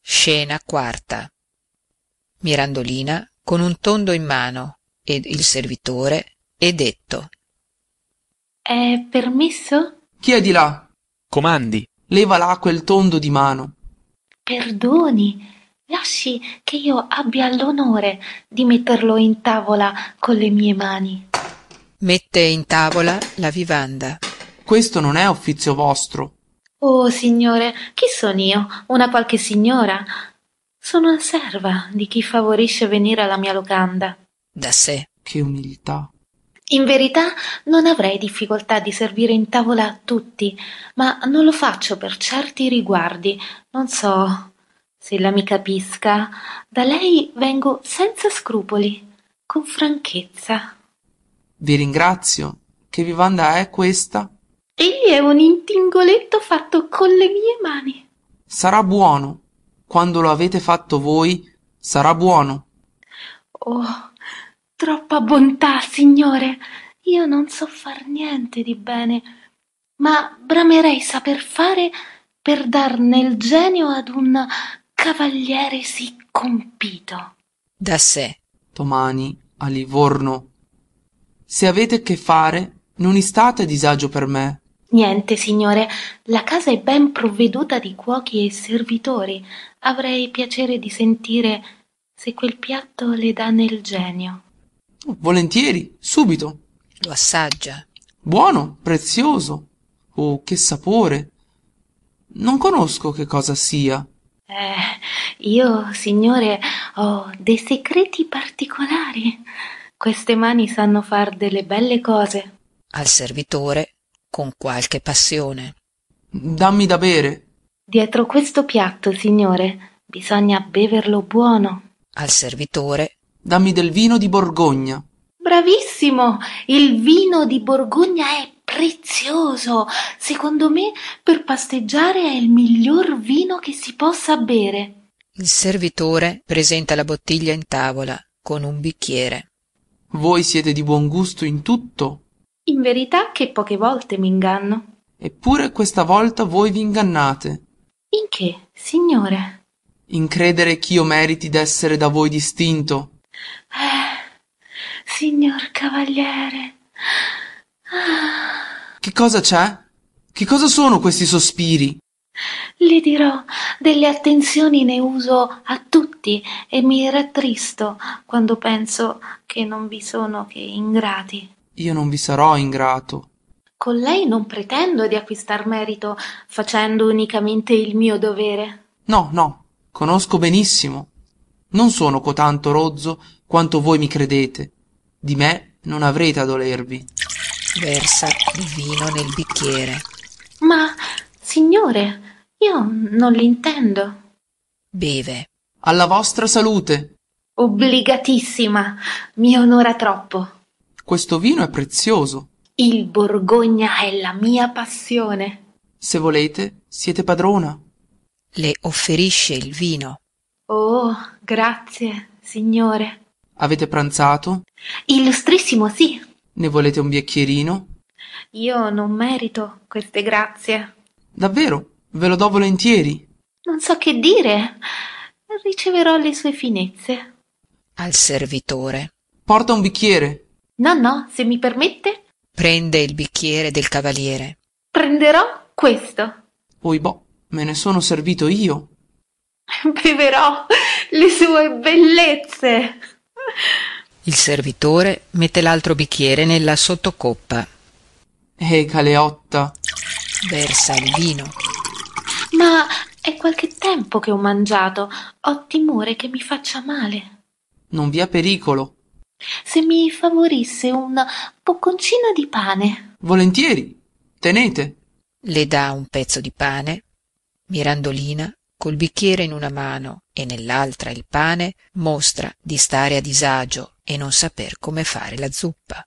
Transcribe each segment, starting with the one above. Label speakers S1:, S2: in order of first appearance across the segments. S1: scena quarta mirandolina con un tondo in mano ed il servitore e detto
S2: è permesso
S3: chi è di là
S4: comandi
S3: leva là quel tondo di mano
S2: perdoni lasci che io abbia l'onore di metterlo in tavola con le mie mani
S1: mette in tavola la vivanda
S3: questo non è offizio vostro
S2: oh signore chi son io una qualche signora sono una serva di chi favorisce venire alla mia locanda
S1: da sé
S3: che umiltà
S2: in verità non avrei difficoltà di servire in tavola a tutti, ma non lo faccio per certi riguardi. Non so se la mi capisca. Da lei vengo senza scrupoli, con franchezza.
S3: Vi ringrazio. Che vivanda è questa?
S2: Egli è un intingoletto fatto con le mie mani.
S3: Sarà buono. Quando lo avete fatto voi, sarà buono.
S2: Oh, troppa bontà, signore. Io non so far niente di bene, ma bramerei saper fare per darne il genio ad un cavaliere sì compito.
S1: da sé
S3: Domani a Livorno. Se avete che fare, non istate a disagio per me.
S2: Niente, signore, la casa è ben provveduta di cuochi e servitori. Avrei piacere di sentire se quel piatto le dà nel genio.
S3: Volentieri, subito.
S1: lo assaggia
S3: Buono, prezioso. Oh, che sapore. Non conosco che cosa sia.
S2: Eh, io, signore, ho dei segreti particolari. Queste mani sanno far delle belle cose.
S1: al servitore con qualche passione
S3: Dammi da bere.
S2: Dietro questo piatto, signore, bisogna beverlo buono.
S1: al servitore
S3: Dammi del vino di Borgogna.
S2: Bravissimo! Il vino di Borgogna è prezioso. Secondo me, per pasteggiare è il miglior vino che si possa bere.
S1: il servitore presenta la bottiglia in tavola con un bicchiere
S3: Voi siete di buon gusto in tutto,
S2: In verità che poche volte mi inganno.
S3: eppure questa volta voi vi ingannate.
S2: In che, signore?
S3: In credere ch'io meriti d'essere da voi distinto.
S2: Eh, signor cavaliere. Ah,
S3: Che cosa c'è? Che cosa sono questi sospiri?
S2: le dirò, delle attenzioni ne uso a tutti e mi rattristo quando penso che non vi sono che ingrati.
S3: Io non vi sarò ingrato.
S2: Con lei non pretendo di acquistar merito facendo unicamente il mio dovere.
S3: No, no, conosco benissimo. Non sono cotanto rozzo quanto voi mi credete. Di me non avrete a dolervi.
S1: versa il vino nel bicchiere
S2: Ma, signore, io non l'intendo.
S1: beve
S3: Alla vostra salute.
S2: Obbligatissima, mi onora troppo.
S3: Questo vino è prezioso.
S2: Il Borgogna è la mia passione.
S3: Se volete, siete padrona.
S1: le offerisce il vino
S2: Oh, grazie, signore.
S3: Avete pranzato?
S2: Illustrissimo, sì.
S3: Ne volete un bicchierino?
S2: Io non merito queste grazie.
S3: Davvero, ve lo do volentieri.
S2: Non so che dire. Riceverò le sue finezze.
S1: al servitore
S3: Porta un bicchiere.
S2: No, no, se mi permette,
S1: prende il bicchiere del cavaliere
S2: prenderò questo.
S3: Oibò, boh, me ne sono servito io.
S2: Beverò le sue bellezze.
S1: Il servitore mette l'altro bicchiere nella sottocoppa,
S3: Eh, Caleotta,
S1: versa il vino,
S2: Ma è qualche tempo che ho mangiato. Ho timore che mi faccia male.
S3: non vi è pericolo.
S2: Se mi favorisse un bocconcino di pane.
S3: Volentieri. Tenete.
S1: le dà un pezzo di pane. Mirandolina, col bicchiere in una mano e nell'altra il pane, mostra di stare a disagio e non saper come fare la zuppa.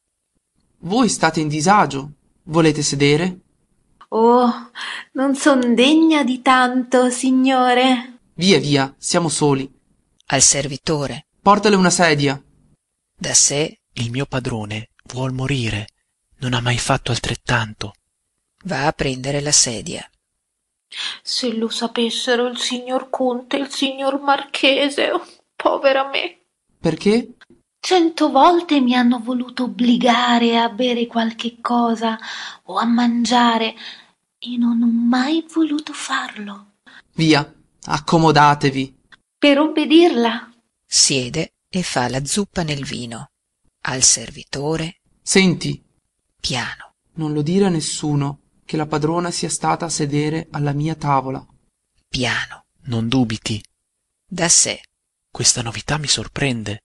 S3: Voi state in disagio. Volete sedere?
S2: Oh, non son degna di tanto, signore.
S3: Via, via, siamo soli.
S1: Al servitore,
S3: Portale una sedia.
S1: da sé,
S4: il mio padrone vuol morire non ha mai fatto altrettanto
S1: va a prendere la sedia.
S2: Se lo sapessero il signor Conte e il signor Marchese, oh, povera me.
S3: Perché?
S2: Cento volte mi hanno voluto obbligare a bere qualche cosa o a mangiare e non ho mai voluto farlo.
S3: Via, accomodatevi.
S2: Per obbedirla.
S1: Siede e fa la zuppa nel vino. Al servitore,
S3: Senti,
S1: piano.
S3: non lo dire a nessuno che la padrona sia stata a sedere alla mia tavola.
S1: piano,
S4: Non dubiti,
S1: da sé,
S4: questa novità mi sorprende.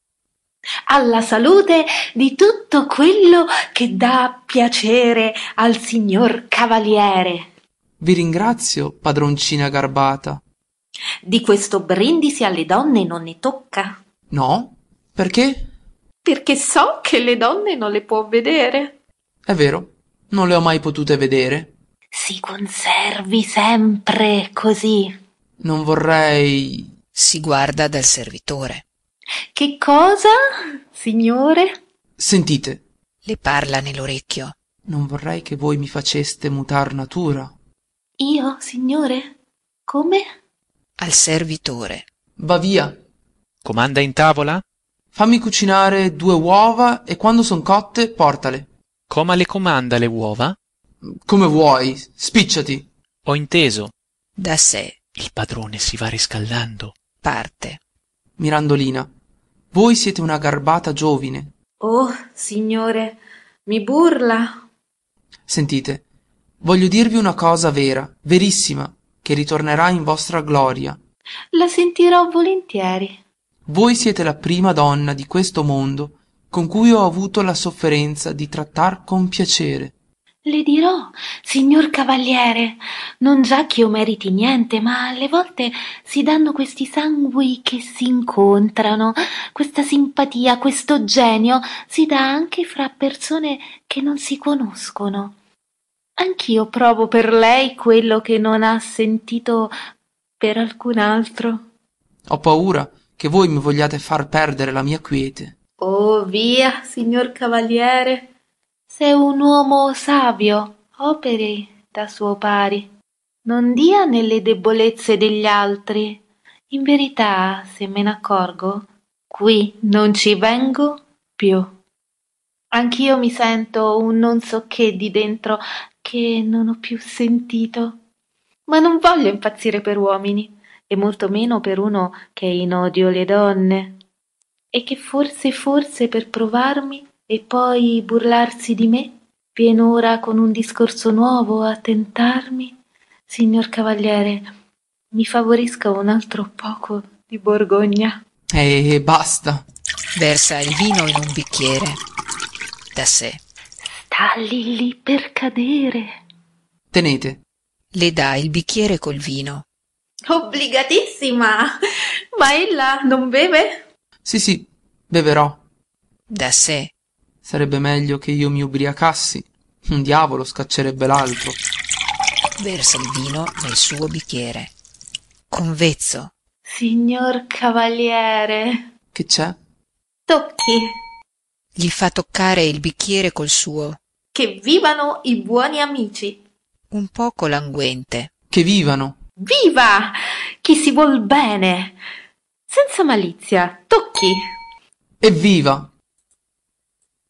S2: Alla salute di tutto quello che dà piacere al signor Cavaliere.
S3: Vi ringrazio, padroncina garbata.
S2: Di questo brindisi alle donne non ne tocca,
S3: No? Perché?
S2: perché so che le donne non le può vedere.
S3: È vero, non le ho mai potute vedere.
S2: Si conservi sempre così.
S3: Non vorrei...
S1: si guarda dal servitore.
S2: Che cosa, signore?
S3: Sentite,
S1: Le parla nell'orecchio.
S3: non vorrei che voi mi faceste mutar natura.
S2: Io, signore? Come?
S1: Al servitore,
S3: Va via,
S4: Comanda in tavola?
S3: fammi cucinare due uova e quando son cotte portale.
S4: Coma le comanda le uova?
S3: Come vuoi, spicciati.
S4: Ho inteso.
S1: da sé,
S4: Il padrone si va riscaldando.
S1: parte.
S3: Mirandolina, voi siete una garbata giovine.
S2: Oh, signore, mi burla.
S3: Sentite, voglio dirvi una cosa vera, verissima, che ritornerà in vostra gloria.
S2: La sentirò volentieri.
S3: Voi siete la prima donna di questo mondo con cui ho avuto la sofferenza di trattar con piacere.
S2: Le dirò, signor cavaliere, non già che io meriti niente, ma alle volte si danno questi sangui che si incontrano, questa simpatia, questo genio si dà anche fra persone che non si conoscono. Anch'io provo per lei quello che non ha sentito per alcun altro.
S3: Ho paura che voi mi vogliate far perdere la mia quiete.
S2: Oh, via, signor cavaliere. Sei un uomo savio, operi da suo pari. Non dia nelle debolezze degli altri. In verità, se me ne accorgo, qui non ci vengo più. Anch'io mi sento un non so che di dentro che non ho più sentito. Ma non voglio impazzire per uomini, e molto meno per uno che è in odio le donne e che forse, forse per provarmi e poi burlarsi di me, viene ora con un discorso nuovo a tentarmi? Signor cavaliere, mi favorisca un altro poco di Borgogna.
S3: E basta.
S1: Versa il vino in un bicchiere. Da sé,
S2: Sta lì lì per cadere.
S3: Tenete.
S1: le dà il bicchiere col vino.
S2: Obbligatissima! Ma ella non beve?
S3: Sì, sì, beverò.
S1: Da sé,
S3: Sarebbe meglio che io mi ubriacassi. Un diavolo scaccerebbe l'altro.
S1: versa il vino nel suo bicchiere. Con vezzo,
S2: Signor cavaliere,
S3: Che c'è?
S2: tocchi,
S1: gli fa toccare il bicchiere col suo,
S2: che vivano i buoni amici.
S1: un poco languente.
S3: Che vivano.
S2: Viva! Chi si vuol bene! Senza malizia, tocchi!
S3: Evviva!